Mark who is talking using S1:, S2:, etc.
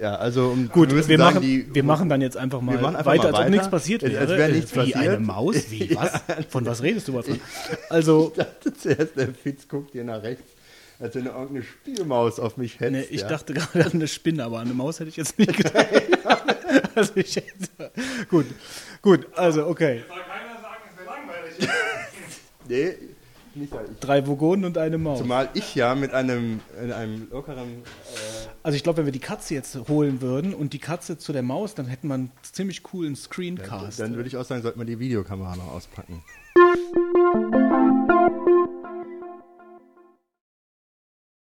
S1: ja. Also um,
S2: Gut, wir,
S1: müssen
S2: machen,
S1: sagen, die,
S2: wir machen dann jetzt einfach mal
S1: wir machen einfach
S2: weiter,
S1: mal
S2: als ob
S1: weiter.
S2: nichts passiert
S1: Als-
S2: wäre. Äh,
S1: als wäre nichts
S2: Wie eine
S1: passiert.
S2: Maus? Wie, was? Von was redest du, Wolfgang?
S1: Ich
S2: Also,
S1: dachte zuerst, der Fitz guckt hier nach rechts, als wenn er irgendeine Spielmaus auf mich hetzt.
S2: ne, ich
S1: ja.
S2: dachte gerade an eine Spinne, aber an eine Maus hätte ich jetzt nicht gedacht. also ich hätte, gut, gut, also okay.
S3: Soll keiner sagen, es wäre langweilig.
S1: Nee, nicht da. Ich,
S2: Drei Vogonen und eine Maus.
S1: zumal ich ja mit einem, in einem lockeren.
S2: Also ich glaube, wenn wir die Katze jetzt holen würden und die Katze zu der Maus, dann hätten wir einen ziemlich coolen Screencast.
S1: Dann würde ich auch sagen, sollte man die Videokamera noch auspacken.